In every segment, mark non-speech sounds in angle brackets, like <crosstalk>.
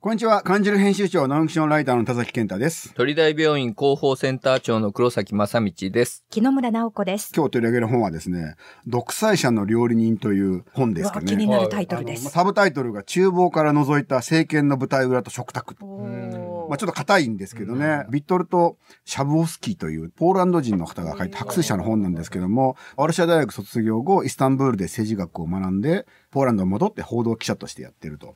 こんにちは。感じる編集長、ノンフィクションライターの田崎健太です。鳥大病院広報センター長の黒崎正道です。木野村直子です。今日取り上げる本はですね、独裁者の料理人という本ですかうわ気にね。なるタイトルで。あのますサブタイトルが厨房から覗いた政権の舞台裏と食卓。おまあちょっっと硬いんですけどね、うビットルとシャブオフスキーというポーランド人の方が書いた白水社の本なんですけども、ワルシャワ大学卒業後、イスタンブールで政治学を学んで、ポーランドに戻って報道記者としてやってると。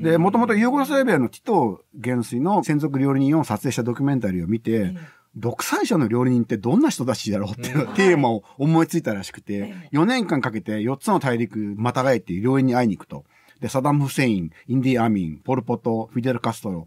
で、もともとユーゴスラビアのティトー元帥の専属料理人を撮影したドキュメンタリーを見て、ええ独裁者の料理人ってどんな人たちだろうっていうテーマを思いついたらしくてえ、 4年間かけて4つの大陸またがえて料理人に会いに行くと。で、サダム・フセイン、インディ・アミン、ポル・ポト、フィデル・カストロ。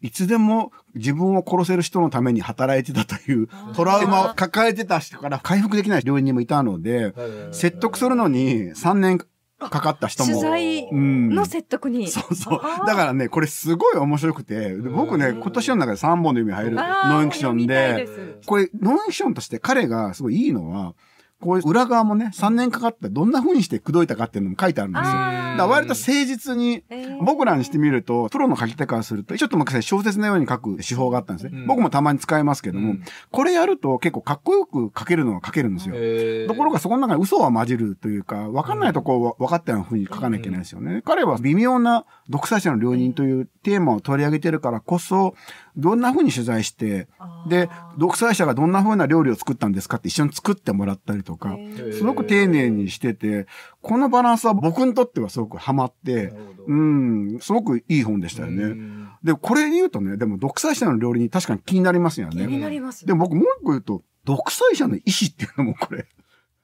いつでも自分を殺せる人のために働いてたというトラウマを抱えてた人から回復できない料理人もいたので、説得するのに3年かかった人も。取材うんの説得に。そうそうあ。ーだからね、これすごい面白くて、で僕ね、うん今年の中で3本の指入るあーノンフィクション読みたで、いですこれ、ノンフィクションとして彼がすごいいいのは、こういう裏側もね、3年かかってどんな風にして口説いたかっていうのも書いてあるんですよ。だかあーら割と誠実に、えー僕らにしてみると、プロの書き手からすると、ちょっと昔小説のように書く手法があったんですね。うん僕もたまに使いますけども、うんこれやると結構かっこよく書けるのは書けるんですよ。ところがそこの中に嘘は混じるというか、わかんないとこを分かったような風に書かなきゃいけないですよね。彼は微妙な独裁者の料理人というテーマを取り上げてるからこそ、どんな風に取材して、で、独裁者がどんな風な料理を作ったんですかって一緒に作ってもらったりとえか、ーすごく丁寧にしてて、このバランスは僕にとってはすごくハマって、うん、すごくいい本でしたよね。で、これで言うとね、でも独裁者の料理人確かに気になりますよ気ね。になります。でも僕もう一個言うと、独裁者の意思っていうのもこれ、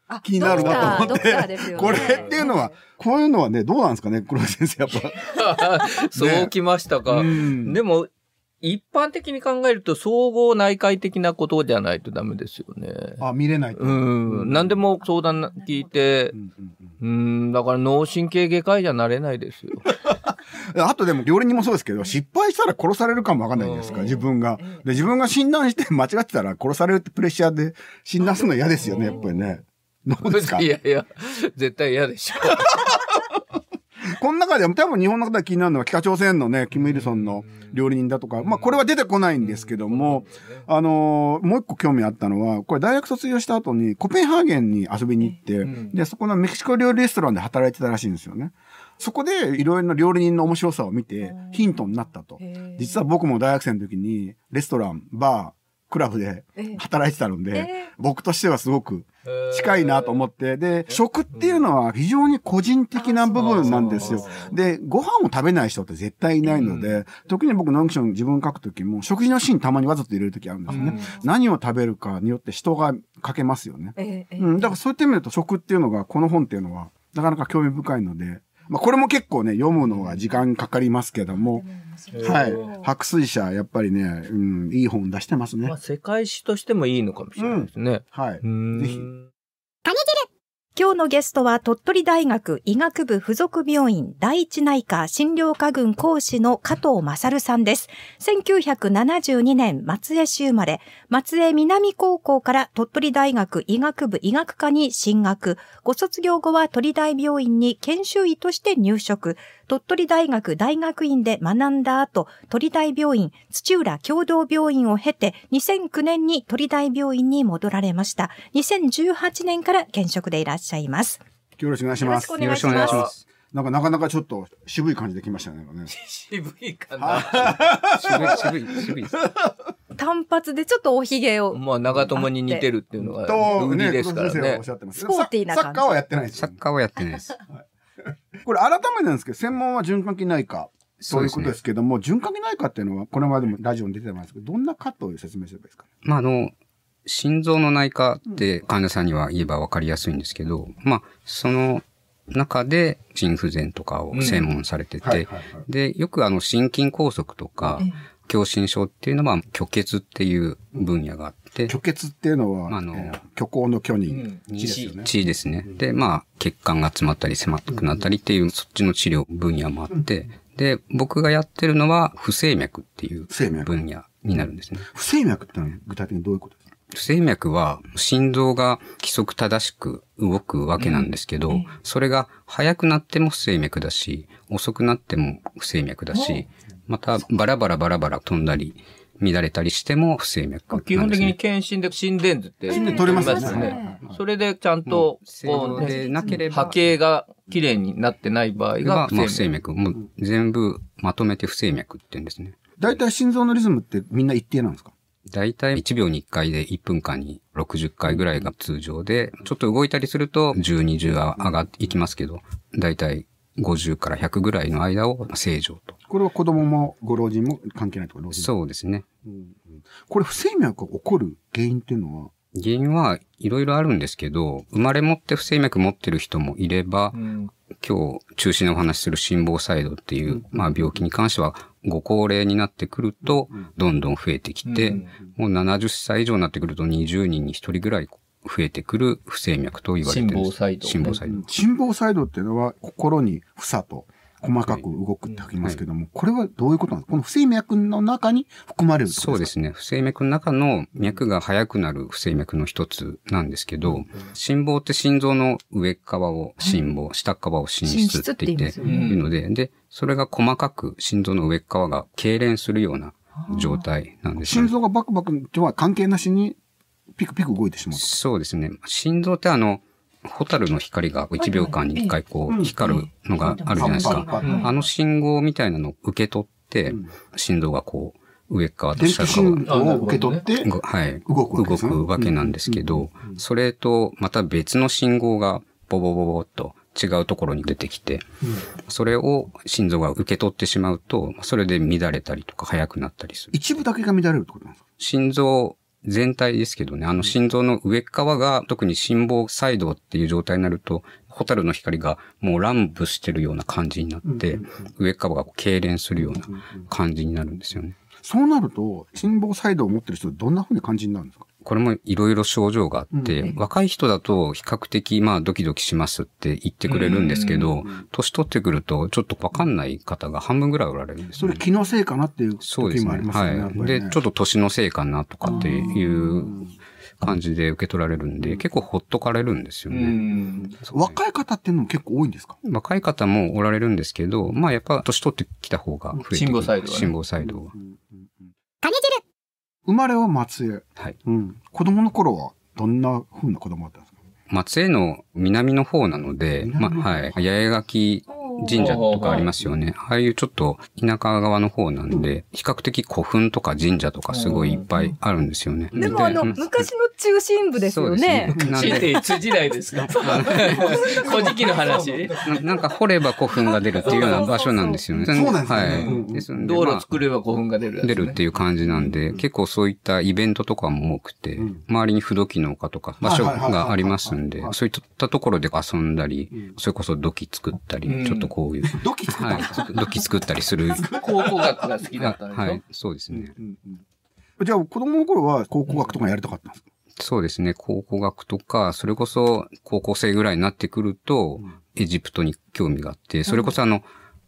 あ気になるなと思ってドクタードクターですよねこれっていうのは、こういうのはね、どうなんですかね、黒井先生、やっ <laughs> そうきましたぱ。か。うんでも、一般的に考えると、総合内科医的なことじゃないとダメですよね。あ、見れないと。う。うんん何でも相談聞いてう、んうんうんうん、だから脳神経外科医じゃなれないですよ。あとでも、料理人もそうですけど、失敗したら殺されるかもわかんないじゃないですか、うん自分が。えで、自分が診断して間違ってたら殺されるってプレッシャーで診断するの嫌ですよね、やっぱりね。どうですか <laughs> いやいや、絶対嫌でしょ。この中でも多分日本の方が気になるのは北朝鮮の <laughs> ね、キム・イルソンの料理人だとか、まあこれは出てこないんですけども、あのーもう一個興味あったのは、これ大学卒業した後にコペンハーゲンに遊びに行って、んで、そこのメキシコ料理レストランで働いてたらしいんですよね。そこでいろいろな料理人の面白さを見てうんヒントになったと。ー実は僕も大学生の時にレストラン、バー、クラブでえー働いてたのえで、ー僕としてはすごく近いなと思って、で、食っていうのは非常に個人的な部分なんですよ。で、ご飯を食べない人って絶対いないので、う特に僕ノンフィクション自分書くときも、食事のシーンたまにわざと入れるときあるんですよね。何を食べるかによって人が書けますよね。えーえーうん、だからそういった意味だと食っていうのが、この本っていうのは、なかなか興味深いので、まあこれも結構ね、読むのが時間かかりますけども、うんはいうん。白水社、やっぱりね、うん、いい本出してますねまあ、。世界史としてもいいのかもしれないですね。はい。うんぜひ今日のゲストは鳥取大学医学部附属病院第一内科診療科群講師の加藤勝さんです。1972年松江市生まれ、松江南高校から鳥取大学医学部医学科に進学、ご卒業後は鳥大病院に研修医として入職、鳥取大学大学院で学んだ後、鳥大病院、土浦共同病院を経て、2009年に鳥大病院に戻られました。2018年から現職でいらっしゃいます。よろしくお願いします。。よろしくお願いしますなんかなかなかちょっと渋い感じできましたね。なんかね渋いかな。渋い、渋い、渋いです。単発でちょっとおひげを。まあ、長友に似てるっていうのがと、売りね、です黒か田先生らがおねっ。しゃってます。スポーティーなサ感サッじカーはやってないですサよねッ。カーはやってないです。これ改めてなんですけど、専門は循環器内科。そ <laughs> そういうでうすことねで。すけども、循環器内科っていうのは、これまでもラジオに出てますけど、どんなカットを説明すればいいですかねまあ、あの、心臓の内科って患者さんには言えばわかりやすいんですけど、まあ、その中で心不全とかを専門されてて、はいはいはいで、よくあの、心筋梗塞とか、狭心症っていうのは、虚血っていう分野があって、虚血っていうのは、あのえー虚構の虚うにん、血ですよね。血ですね。で、まあ、血管が詰まったり狭くなったりっていう、そっちの治療分野もあって、で、僕がやってるのは、不整脈っていう不整脈分野になるんですね。不整脈ってのは具体的にどういうことですか不整脈は心臓が規則正しく動くわけなんですけど、うんうんそれが早くなっても不整脈だし、遅くなっても不整脈だし、またバラバラバラバラ飛んだり、乱れたりしても不整脈なんです、ね。基本的に検診で心電図って。心電図取れますよね取はいはいはいそれでちゃんと、正こ常う、でなければ、波形が綺麗になってない場合がが、まあ、不不整整脈。脈。もう全部まとめて不整脈って言うんですね。大体心臓のリズムってみんな一定なんですかだいたい1秒に1回で1分間に60回ぐらいが通常で、ちょっと動いたりすると10、20は上がっていきますけど、だいたい50から100ぐらいの間を正常と。これは子供もご老人も関係ないとか、老人そうですね。うんうんこれ不整脈が起こる原因っていうのは、原因はいろいろあるんですけど、生まれ持って不整脈持ってる人もいればう、ん今日中心にお話しする心房細動っていう、まあ病気に関しては、ご高齢になってくると、どんどん増えてきて、うんもう70歳以上になってくると20人に1人ぐらい増えてくる不整脈と言われてるんです。心房細動心房細動。心房細動っていうのは心にふさと細かく動くって書きますけども、これはどういうことなんですかこの不整脈の中に含まれるってこそとうでですかすね。不整脈の中の脈が速くなる不整脈の一つなんですけど、心房って心臓の上側を心房、下側を心室って言っ心て室って言いますよね言うので、で、それが細かく心臓の上側が痙攣するような状態なんです心ね。臓がバクバクとは関係なしにピクピク動いてしまうと。そうですね。心臓ってあの、ホタルの光が1秒間に1回こええう光るのがあるじゃないですパンパンか。パンあの信号みたいなのを受け取ってうん、心臓がこう、上側と電下気側信号を受け取って、がはい、動くわけですね動くわけなんですけど、それとまた別の信号がボボボボっと違うところに出てきて、それを心臓が受け取ってしまうと、それで乱れたりとか速くなったりする。一部だけが乱れるってことなんですか心臓全体ですけどね、あの心臓の上側が特に心房細動っていう状態になると、ホタルの光がもう乱舞してるような感じになって、上側がこう痙攣するような感じになるんですよね。そうなると、心房細動を持ってる人はどんな風に感じになるんですかこれもいろいろ症状があって、若い人だと比較的まあドキドキしますって言ってくれるんですけど、年取ってくるとちょっとわかんない方が半分ぐらいおられるんですそよれね。気のせいかなっていうそうで時すもねあり。ますよね。やはっぱい。りねで、ちょっと年のせいかなとかっていう感じで受け取られるんで、結構ほっとかれるんですようね。ん若い方っていうのも結構多いんですか若い方もおられるんですけど、まあやっぱ年取ってきた方が増えてくる心房細動はね心房細動は。生まれは松江。はい。うん。子供の頃はどんな風な子供だったんですか松江の南の方なので、まあ、南の方はい。八重垣神社とかありますよね。ああいうちょっと田舎側の方なんで、比較的古墳とか神社とかすごいいっぱいあるんですよね。でもあの、うん昔の中心部ですよね。そうで <laughs> すなん神で経辻代です <laughs> か古事記の話な、なんか掘れば古墳が出るっていうような場所なんですよね。そうそうそうそうはそうなんですよねうんい。ですので道ま路あ作れば古墳が出るやつね出るっていう感じなんで、結構そういったイベントとかも多くて、うん周りに不動機の丘とか場所はいはいはいはいがありますんでは、いそういったところで遊んだりう、それこそ土器作ったり、うんちょっとこういう、ドキ作ったはんですかい、土器作ったりする。考古学が好きだったんでしょ、はい、そうですね。うんうんじゃあ、子供の頃は考古学とかやりたかったんですかそうですね。考古学とか、それこそ高校生ぐらいになってくると、エジプトに興味があって、それこそあの、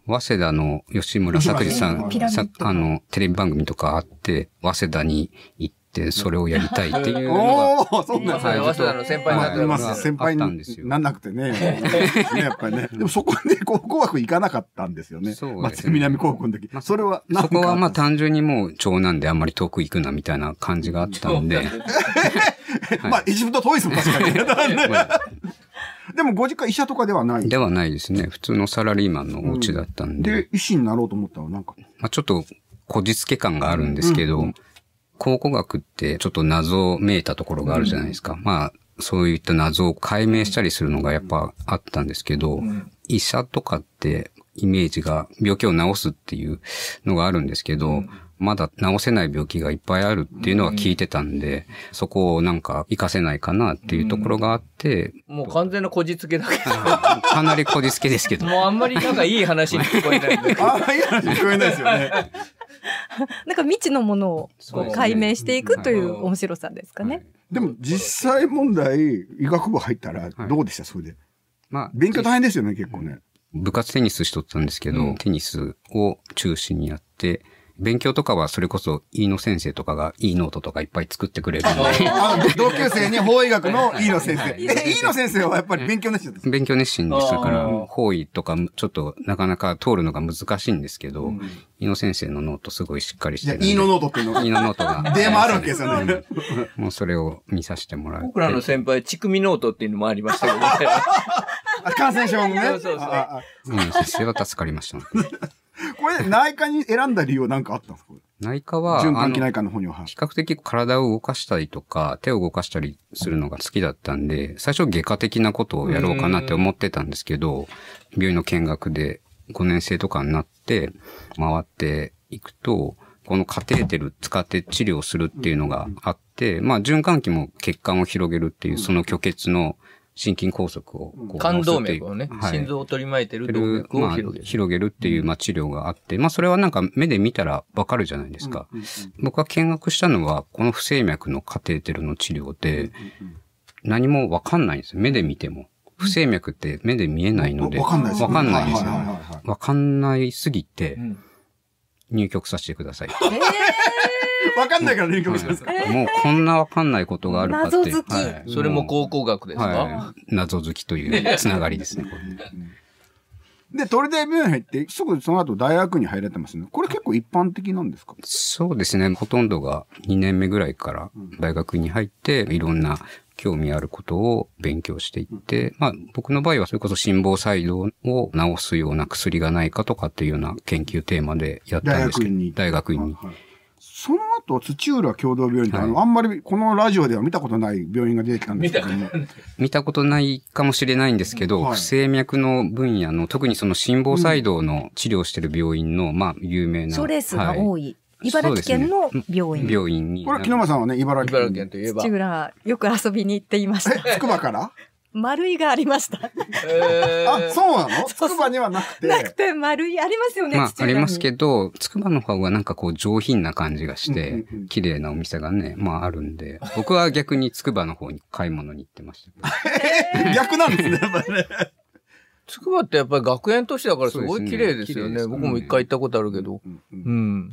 早稲田の吉村作治さうんん、ピラミッさドあの、テレビ番組とかあって、早稲田に行って、それをやりたいっていうのが、おー、そんなんですはねい早稲田の先輩になまっあ、ていまますす。よ先輩あったんですによなんなくてね。ねやっぱりね。でもそこで考古学行かなかったんですよね。そうですね松江南高校の時。それはなんそか、こはまあ単純にもう長男であんまり遠く行くなみたいな感じがあったんで、はいまあ、エジプト遠いですもん、確かに。まあでも、ご実家医者とかではない。 <laughs> ではないですね。普通のサラリーマンのお家だったんで、で、医師になろうと思ったのはなんか。まあ、ちょっとこじつけ感があるんですけど、考古学ってちょっと謎めいたところがあるじゃないですか。まあ、そういった謎を解明したりするのがやっぱあったんですけど、ん医者とかってイメージが病気を治すっていうのがあるんですけど、まだ治せない病気がいっぱいあるっていうのは聞いてたんで、そこをなんか活かせないかなっていうところがあって、もう完全なこじつけだけかなりこじつけですけどど <laughs> 、もうあんまりなんかいい話に聞こえないんだけどああ、いい話聞こえないですよね。なんか未知のものをそこううですね解明していくというんう面白さですかね。でも、実際問題、医学部入ったら、どうでした、それで。まあ、勉強大変ですよね、結構ね。部活テニスしとったんですけど、うんテニスを中心にやって、勉強とかはそれこそ、飯野先生とかがいいノートとかいっぱい作ってくれる <laughs> んで、あの同級生に法医学の飯野先はい生。え、はいはい飯野先生はやっぱり勉強熱心です。勉強熱心でしたからあー、方位とかちょっとなかなか通るのが難しいんですけど、うん飯野先生のノートすごいしっかりしいてや、るんで。飯野ノートっていうのが飯。野ノートが。デーマあるわけ <laughs> ですよ <laughs> ね。うんもうそれを見させてもらって。僕らの先輩、ちくみノートっていうのもありましたけどね。あ感染症もね。そうそうそうああうん先生は助かり <laughs> ました。あこれ、内科に選んだ理由は何かあったんですかこれ内科は、循環器あの内科の方には。はい比較的体を動かしたりとか、手を動かしたりするのが好きだったんで、最初外科的なことをやろうかなって思ってたんですけど、病院の見学で5年生とかになって回っていくと、このカテーテル使って治療するっていうのがあって、まあ循環器も血管を広げるっていう、その虚血の心筋梗塞をこう冠動治すっていう脈をね、はい心臓を取り巻いてる動脈をまあ、広げる。広げるっていう、まあ、治療があって、まあ、それはなんか目で見たらわかるじゃないですか。僕が見学したのは、この不整脈のカテーテルの治療で、何もわかんないんですよ。目で見ても。不整脈って目で見えないので、わかんないですよわかんないんですよはいはいはいはい。わかんないすぎてう、ん入局させてください。わかんないから勉強してます。はいもうこんなわかんないことがあるかっていう。謎好きはいそれも高校学ですか、はい。謎好きというつながりですね。これねで、トレデ病院入って、すぐその後大学に入られてますね。これ結構一般的なんですかそうですね。ほとんどが2年目ぐらいから大学に入って、いろんな興味あることを勉強していって、まあ僕の場合はそれこそ心房細動を治すような薬がないかとかっていうような研究テーマでやったんですけ大学ど、院に大学院に。はいその後、土浦共同病院って、あの、はあんまりこのラジオでは見たことない病院が出てきたんですけども。見たことないかもしれないんですけど、はい不整脈の分野の、特にその心房細動の治療してる病院の、まあ有名な。症例数がは多い、茨城県の病い院。病院に。これ、木村さんはね、茨城茨城県といえば土。浦、よく遊びに行っていま <laughs> した。え、つくばから丸いがありました。えーあ、そうなのつくばにはなくて。なくて丸いありますよね、まあ、土浦あにりますけど、つくばの方がなんかこう上品な感じがしてうんうんうん、綺麗なお店がね、まああるんで、僕は逆につくばの方に買い物に行ってました。逆なんですね、やっぱりね。つくばってやっぱり学園都市だからすごい綺麗ですよね。そうですね綺麗ですね僕も一回行ったことあるけど。うんうんうん。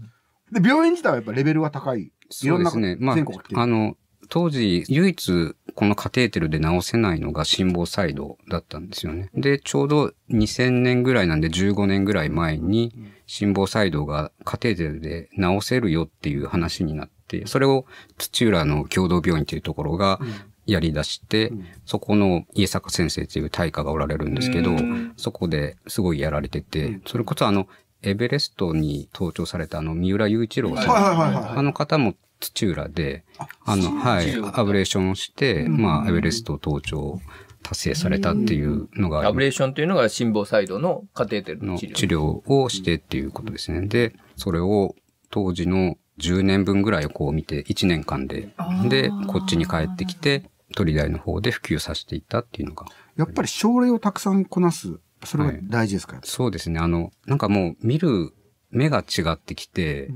で、病院自体はやっぱレベルは高い。いそろうんでなすね。ま全国ってあ、あの、当時、唯一このカテーテルで治せないのが心房細動だったんですよね。で、ちょうど2000年ぐらいなんで15年ぐらい前に、心房細動がカテーテルで治せるよっていう話になって、それを土浦の共同病院というところがやり出して、そこの家坂先生という大家がおられるんですけど、そこですごいやられてて、それこそあの、エベレストに登頂されたあの、三浦雄一郎さん。はいはいはいはいあの方も土浦で、あの、はい、アブレーションをして、まあ、エベレスト登頂を達成されたっていうのがありアブレーションというのが心房細動のカテーテルのの治治療。療をしてっていうことですね。で、それを当時の10年分ぐらいをこう見て、1年間で、で、こっちに帰ってきて、鳥大の方で普及させていったっていうのが、やっぱり症例をたくさんこなす。それが大事ですか、そうですね、あの、なんかもう見る目が違ってきて、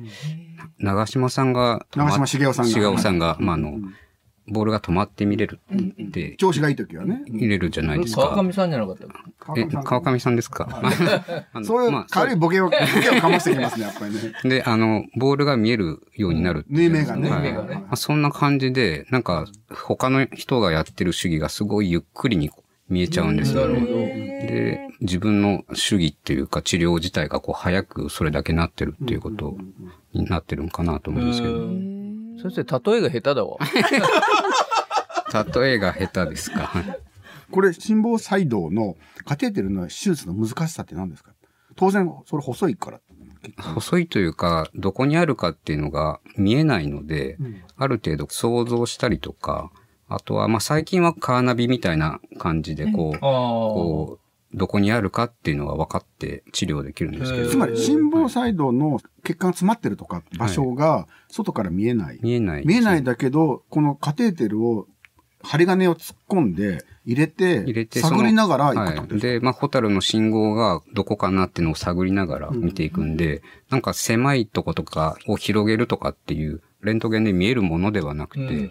長嶋さんが、長嶋茂雄さんが茂雄さんが、まあ、あの、ボールが止まって見れるって、調子がいい時はね。見れるじゃないですか。川上さんじゃなかったっけ川え上さん、川上さんですかあの <laughs> そういまあう軽いボケを、ボケをかましてきますね、やっぱりね。で、あの、ボールが見えるようになるっていう。縫い目がね。はい縫い目がねまあそんな感じで、なんか、他の人がやってる主義がすごいゆっくりに見えちゃうんですよね。で、自分の主義っていうか治療自体がこう早くそれだけなってるっていうことになってるんかなと思うんですけど。うんそして例えが下手だ <laughs> わ。例えが下手ですか。これ、心房細動のカテーテルの手術の難しさって何ですか当然、それ細いから。細いというか、どこにあるかっていうのが見えないので、ある程度想像したりとか、あとは、まあ、最近はカーナビみたいな感じで、こう、あこう、どこにあるかっていうのが分かって治療できるんですけへどつ、まり、心房細動の血管が詰まってるとか、場所が外から見えない。見えない。見えないだけど、このカテーテルを、針金を突っ込んで、入れて、入れて、その探りながら行くってはことでい。すで、まあ、ホタルの信号がどこかなっていうのを探りながら見ていくんで、なんか狭いとことかを広げるとかっていう、レントゲンで見えるものではなくて、うんうんうん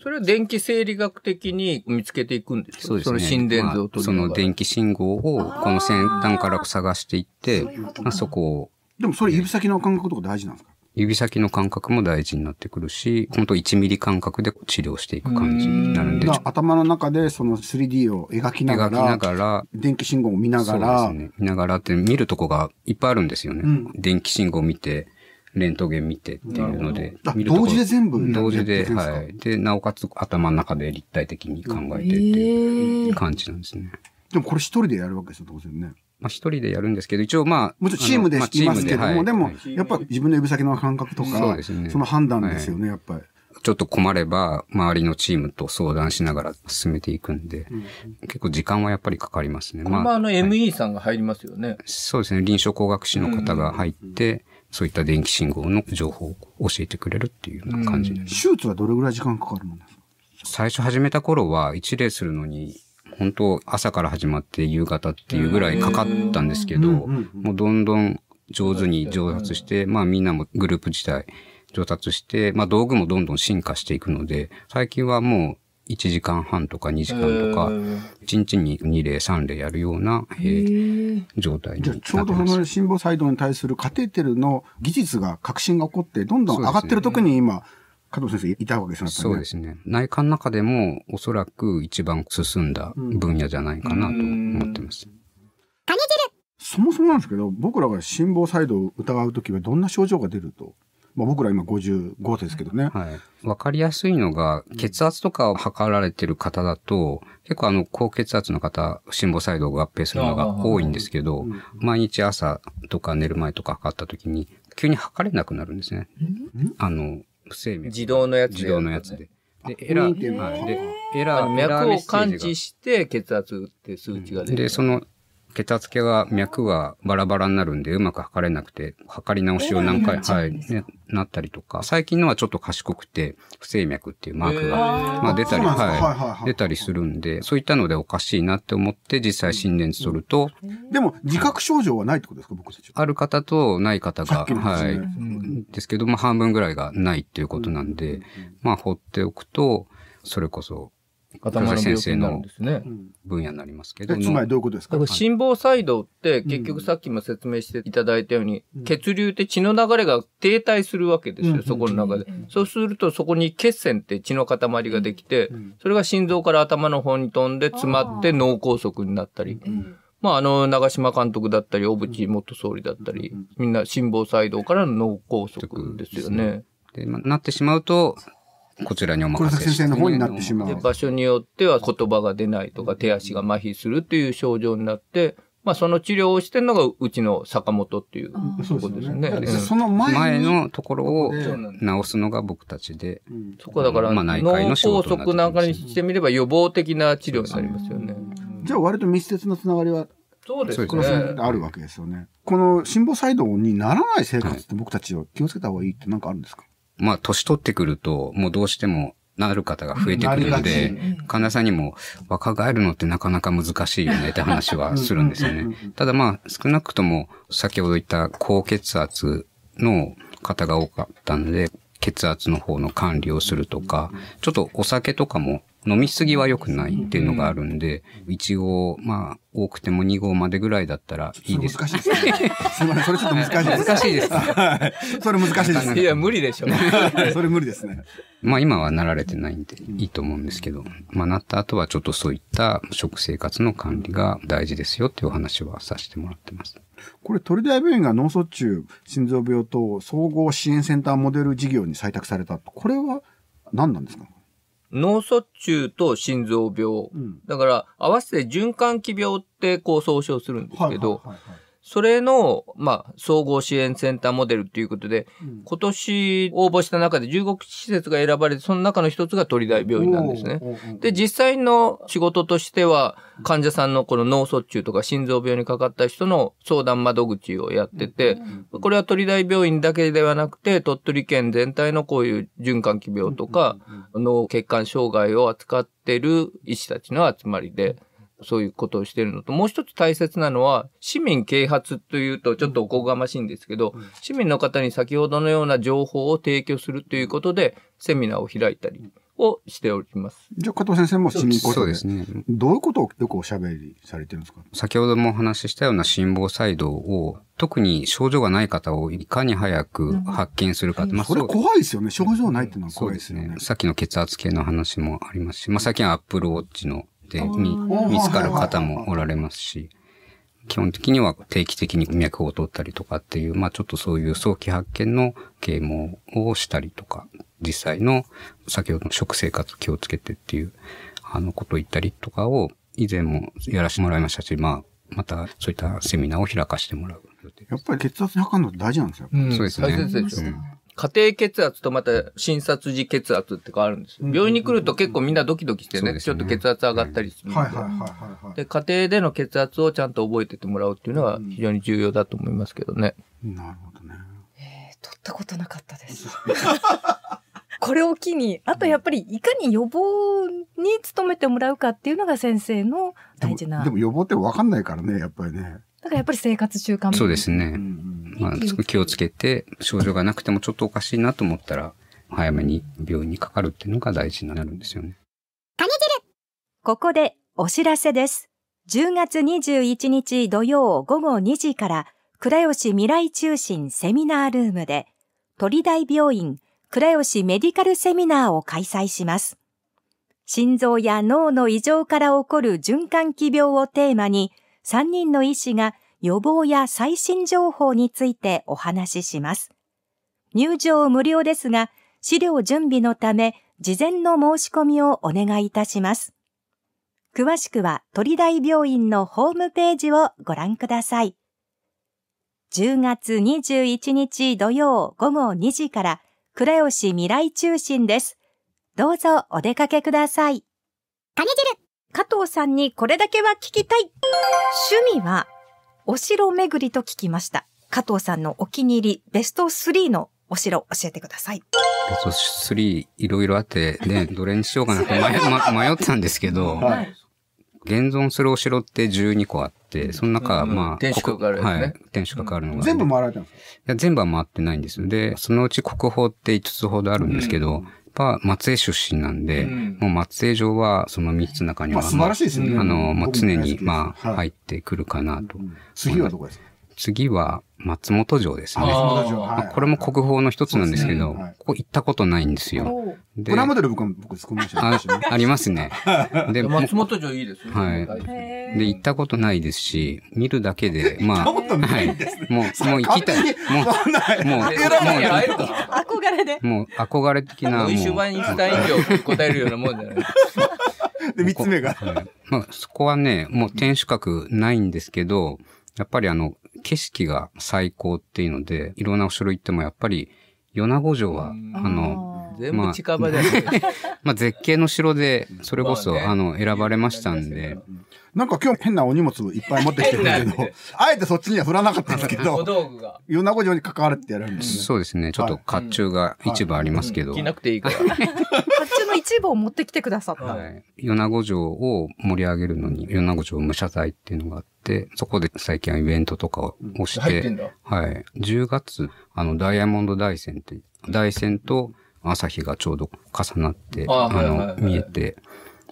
ーそれは電気生理学的に見つけていくんですよ。そうですね。の心電図を取りまあなそのがら。電気信号をこの先端から探していって、まあ、そこをでもそれ指先の感覚とか大事なんですか指先の感覚も大事になってくるし、本当1ミリ感覚で治療していく感じになるんで、だから頭の中でその 3D を描きなが描きなら、がら、電気信号を見ながそら、うですね。見ながらって見るとこがいっぱいあるんですよね。うん電気信号見て、レントゲン見てっていうのでなるほどあ。見るとこ同時で全部同時やっで、てるんですかはい。で、なおかつ頭の中で立体的に考えてってへいーう感じなんですね。でもこれ一人でやるわけですよ、当然ね。まあ一人でやるんですけど、一応まあ。もちろんチームであのしまあていますけどチームも、でもはいはい、やっぱ自分の指先の感覚とそかうですね、その判断ですよね、やっぱり。ちょっと困れば、周りのチームと相談しながら進めていくんで、結構時間はやっぱりかかりますね。これもあの ME さんが入りますよね。そうですね。臨床工学士の方が入って、そういった電気信号の情報を教えてくれるっていうような感じになります。手術はどれぐらい時間かかるもんですか最初始めた頃は一例するのに、本当朝から始まって夕方っていうぐらいかかったんですけど、うんうんうんもうどんどん上手に上達して、まあみんなもグループ自体上達して、まあ道具もどんどん進化していくので、最近はもう1時間半とか2時間とか、1日に2例3例やるような、えー状態にじゃなっあてちょうどそます。の心房細動に対するカテーテルの技術が革新が起こって、どんどん上がってる時に今、加藤先生いたわけですよね。そうですね。内科の中でもおそらく一番進んだ分野じゃないかなと思ってます。そもそもなんですけど、僕らが心房細動を疑うときはどんな症状が出ると、まあ、僕ら今55ですけどね。はい。わかりやすいのが、血圧とかを測られてる方だと、結構あの、高血圧の方、心房細動を合併するのが多いんですけど、毎日朝とか寝る前とか測った時に、急に測れなくなるんですね。あの、不整脈。自動のやつで自動のやつで。で、エあラウィーンっていうー、のかはいで、エあラのー、エラー脈メッをセー感ジが知して血圧って数値が出る。で、その血圧計が脈がバラバラになるんで、うまく測れなくて、測り直しを何回、はい、ね、なったりとか、最近のはちょっと賢くて、不整脈っていうマークが、へーまあ出たり、そうなんですかはいはいははいい、出たりするんで、そういったのでおかしいなって思って、実際心電図取ると、でも自覚症状はないってことですか、僕たちは。ある方とない方さが、っきのですはねい、ですけど、まあ半分ぐらいがないっていうことなんで、まあ放っておくと、それこそ、頭の病気になるんですね。分野になりますけどえ、つまりどういうことですかだから心房細動って結局さっきも説明していただいたように、血流って血の流れが停滞するわけですよ、そこの中で。そうするとそこに血栓って血の塊ができて、それが心臓から頭の方に飛んで詰まって脳梗塞になったり。まああの長島監督だったり、小渕元総理だったり、みんな心房細動からの脳梗塞ですよね。で、まあなってしまうと、こちらにお任黒せ崎先生の方になってしまで、う。場所によっては言葉が出ないとか手足が麻痺するっていう症状になって、まあその治療をしてるのがうちの坂本っていうとこですね。だうっんてその前に。前のところをそうなんで直すのが僕たちで、そこはだからまあ内科医脳の仕梗事になってきます塞なんかにしてみれば予防的な治療になりますよね。じゃあ割と密接なつながりはそうです黒崎先生ねと。あるわけですよね。この心房細動にならない生活って僕たちは気をつけた方がいいってなんかあるんですかまあ年取ってくると、もうどうしてもなる方が増えてくるのでな、患者さんにも若返るのってなかなか難しいよねって話はするんですよね。ただまあ少なくとも先ほど言った高血圧の方が多かったので、血圧の方の管理をするとか、ちょっとお酒とかも飲みすぎは良くないっていうのがあるんで、1合、まあ多くても2合までぐらいだったらいいですそれ難しいですね。すみません、それちょっと難しいです。難しいですか。 <laughs> それ難しいですい <laughs> ね。や、無理でしょ。それ無理ですね。まあ今はなられてないんでいいと思うんですけど、まあなった後はちょっとそういった食生活の管理が大事ですよっていうお話はさせてもらってます。これ、鳥大病院が脳卒中、心臓病等総合支援センターモデル事業に採択された。これは何なんですか脳卒中と心臓病。んだから、合わせて循環器病ってこう総称するんですはいけど、はいはいそれの、まあ、総合支援センターモデルっていうことで、今年応募した中で15施設が選ばれて、その中の一つが鳥大病院なんですねおーおーお。ーで、実際の仕事としては、患者さんのこの脳卒中とか心臓病にかかった人の相談窓口をやってて、これは鳥大病院だけではなくて、鳥取県全体のこういう循環器病とか、脳血管障害を扱ってる医師たちの集まりで、そういうことをしてるのと、もう一つ大切なのは、市民啓発というとちょっとおこがましいんですけど、市民の方に先ほどのような情報を提供するということで、セミナーを開いたり、をしております。じゃあ、加藤先生も市民交そ代うですね。どういうことをよくおしゃべりされてるんですか先ほどもお話ししたような心房細動を、特に症状がない方をいかに早く発見するか。まあそれう怖いですよね。症状ないっていうのはそう怖いでですすよねね。。さっきの血圧計の話もありますし、まあ、最近はアップルウォッチので、にー見つかる方もおられますし、基本的には定期的に脈を取ったりとかっていう、まあちょっとそういう早期発見の啓蒙をしたりとか、実際の先ほどの食生活気をつけてっていう、あのことを言ったりとかを以前もやらせてもらいましたし、まあまたそういったセミナーを開かしてもらう予定。やっぱり血圧測るのって大事なんですよ。うんそうですね大切ですようん家庭血圧とまた診察時血圧って変わるんですよ。病院に来ると結構みんなドキドキしてそうね、ですちょねっと血圧上がったりするんで。はいはいはいはいはい。で、家庭での血圧をちゃんと覚えててもらうっていうのは非常に重要だと思いますけどね。なるほどね。取ったことなかったです。 <laughs> これを機に、あとやっぱりいかに予防に努めてもらうかっていうのが先生のでも大事な。でも予防って分かんないからね、やっぱりね。だからやっぱり生活習慣病そうですね。うんうんまあ、すごい気をつけて、症状がなくてもちょっとおかしいなと思ったら、早めに病院にかかるっていうのが大事になるんですよね。ここでお知らせです。10月21日土曜午後2時から、倉吉未来中心セミナールームで、鳥大病院倉吉メディカルセミナーを開催します。心臓や脳の異常から起こる循環器病をテーマに、3人の医師が予防や最新情報についてお話しします。入場無料ですが、資料準備のため、事前の申し込みをお願いいたします。詳しくは鳥大病院のホームページをご覧ください。10月21日土曜午後2時から倉吉未来中心です。どうぞお出かけください。種汁加藤さんにこれだけは聞きたい趣味はお城巡りと聞きました。加藤さんのお気に入りベスト3のお城教えてください。ベスト3いろいろあって、ね、どれにしようかなって迷,、ま、迷ったんですけど、はい。現存するお城って12個あって、その中、うんうんまあ、天守閣があるやつねはい、天守閣あるのが、全部い回られたんですかや全部は回ってないんです。で、そのうち国宝って5つほどあるんですけど、やっぱ松江出身なんで、うんもう松江城はその3つの中にまは、あ素晴らしいですよね。あの、ま僕あ、も常大好きに、ですまあ、は入い。ってくるかなと。次はどこですか次は松本城ですね。あーまあこれも国宝の一つなんですけそうど、ですねはいここ行ったことないんですよ。でプラモデル僕も僕作りましたよ <laughs> あありますね。で、も松本城いいですね。はい大事で、行ったことないですし、見るだけで、ま <laughs> あ、行ったことなはいいんですね。もう、もう行きたい。もそんなう、もう、もでそんなに会えるかな憧れで。う、もう憧れ的な、ももうう、一週前にした以上答えるようなもんじゃない。で、三つ目が。はいまあ、そこはね、もう天守閣ないんですけど、やっぱりあの、景色が最高っていうので、いろんなお城行ってもやっぱり、米子城は、あうんの、全部近場じゃないですか。まあ、絶景の城で、それこそ、まあねあの、選ばれましたんで、なんか今日変なお荷物いっぱい持ってきてるんだけ変などんで、あえてそっちには振らなかったんです <laughs> け小ど、道具が。米子城に関わるってやるんですね。そうですね、ちょっと甲冑が一部ありますけど、着なくていいから。こっちの一部を持ってきてくださった。はい。米子城を盛り上げるのに、米子城武者祭っていうのがあって、そこで最近はイベントとかをし入て、ってんだ。はい。10月、あの、ダイヤモンド大戦って、大戦と朝日がちょうど重なって、ああはいはいはいの、見えて、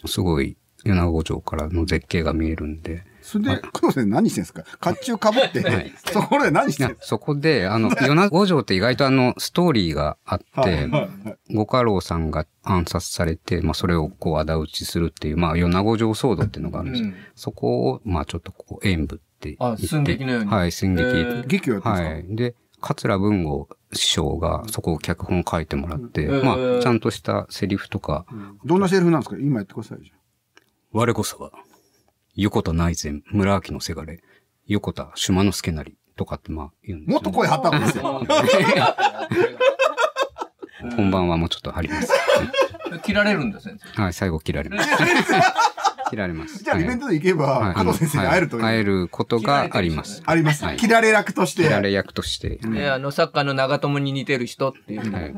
すごい、米子城からの絶景が見えるんで、それで、黒瀬何してんですか甲冑かぶってはい、そこで何しいてんやですかそこ <laughs> で、あの、米子城って意外とあの、ストーリーがあって、はいはいはい五家老さんが暗殺されて、まあ、それをこう、仇討ちするっていう、まあ、米子城騒動っていうのがあるんですよ。うんそこを、まあ、ちょっとこう、演武って言あって。寸劇のようにはい、寸劇。へー劇をやってますかはい。で、桂文吾師匠がそこを脚本書いてもらって、うんまあ、ちゃんとしたセリフとか、どんなセリフなんですか今やってくださいじ我こそは、横田内前、村明のせがれ、横田島之助なり、とかってまあ言うんゃん。もですよっね、と声張ったんですよ。 <laughs> 本番はもうちょっと張ります。切られるんだ、先生。はい、最後切られ <laughs> ます。切られます。じゃあはいイベントで行けはば、い加藤先生に会えるとはい会いえう。ることがあります。ありますは。い切られ役として。切られ役として。ね、あの、サッカーの長友に似てる人っていう。はい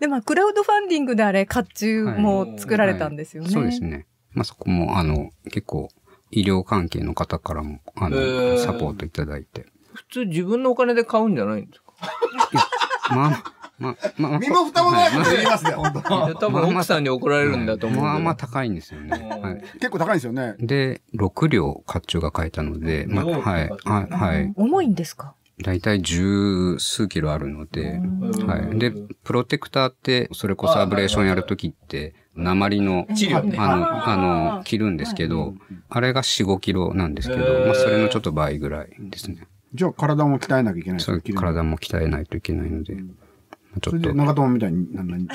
で、まあ、クラウドファンディングであれ、甲冑も作られたんですよね。そうですね。まあ、そこも、あの、結構、医療関係の方からも、あへーの、サポートいただいて。普通自分のお金で買うんじゃないんですかまあ、まあ、まあ、身も蓋もないこと言いますね、本当多分奥さんに怒られるんだと思う。まあまあ高いんですよね。うんはい結構高いんですよね。で、6両甲冑が買えたので、まあ、六両はい、甲冑はい、はい。重いんですかだいたい十数キロあるので、はい。で、プロテクターって、それこそアブレーションやるときって、鉛の、治療ね。ああの、ーあの、切るんですけうどん、あれが4、5キロなんですけへーど、まあ、それのちょっと倍ぐらいですね。じゃあ体も鍛えなきゃいけないですそよう体も鍛えないといけないので、まあそちょれっでと、長友みたいになんない。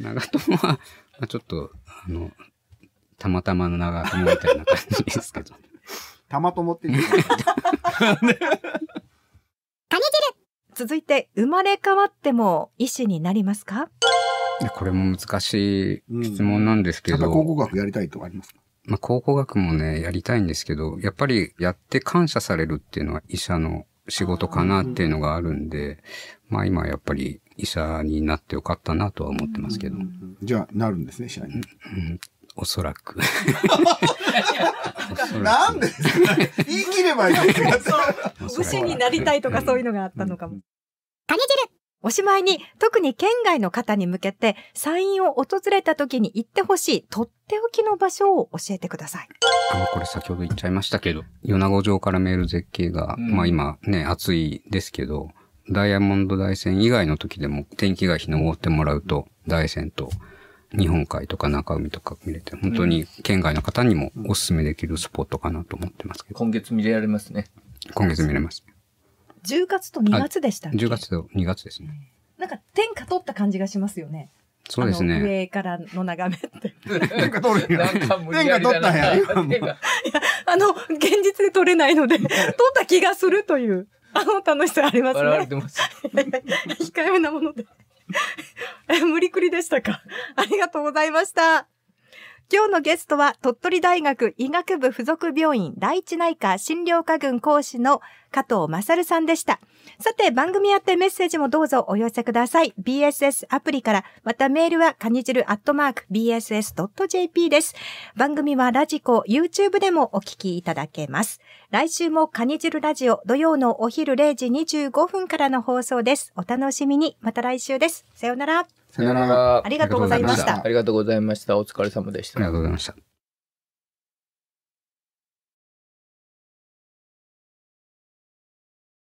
長友は、 <laughs> まあちょっと、あの、たまたまの長友みたいな感じですけど。玉友って言うんですよ続いて、生まれ変わっても医師になりますか <laughs> いやこれも難しうんい質問なんですけやっど、ぱ考古学やりたいとかありますかまあ、考古学もね、やりたいんですけど、やっぱりやって感謝されるっていうのは医者の仕事かなっていうのがあるんで、まあ今やっぱり医者になってよかったなとは思ってますけど、じゃあ、なるんですね、試合に。おそら <laughs> く。なんで <laughs> 言い切ればいいん <laughs> ですよ武士になりたいとかそういうう。のがあったのかも。種汁おしまいに、特に県外の方に向けて、山陰を訪れた時に行ってほしい、とっておきの場所を教えてください。あのこれ先ほど言っちゃいましたけど、米子城から見える絶景が、うんまあ今ね、暑いですけど、ダイヤモンド大戦以外の時でも天気が日のってもらうと、大戦と日本海とか中海とか見れて、本当に県外の方にもお勧めできるスポットかなと思ってますけど、今月見られますね。今月見れます。 10月と2月でしたっけ10月と2月ですね。なんか天下取った感じがしますよね。そうですあのね。上からの眺めって。なんか取るんやなんか無理やりだな。天下取ったんや手があの、現実で取れないので、取った気がするという、あの楽しさあります笑われね。てます。 <laughs> 控えめなもので。え無理くりでした <laughs> か。ありがとうございました。今日のゲストは、鳥取大学医学部附属病院第一内科診療科群講師の加藤勝さんでした。さて、番組宛てメッセージもどうぞお寄せください。BSS アプリから、またメールは、かにじるアットマーク BSS.jp です。番組はラジコ、YouTube でもお聞きいただけます。来週もかにじるラジオ、土曜のお昼0時25分からの放送です。お楽しみに。また来週です。さようなら。さよなら。ありがとうございました。ありがとうございました。お疲れ様でしあたり。がとうございました。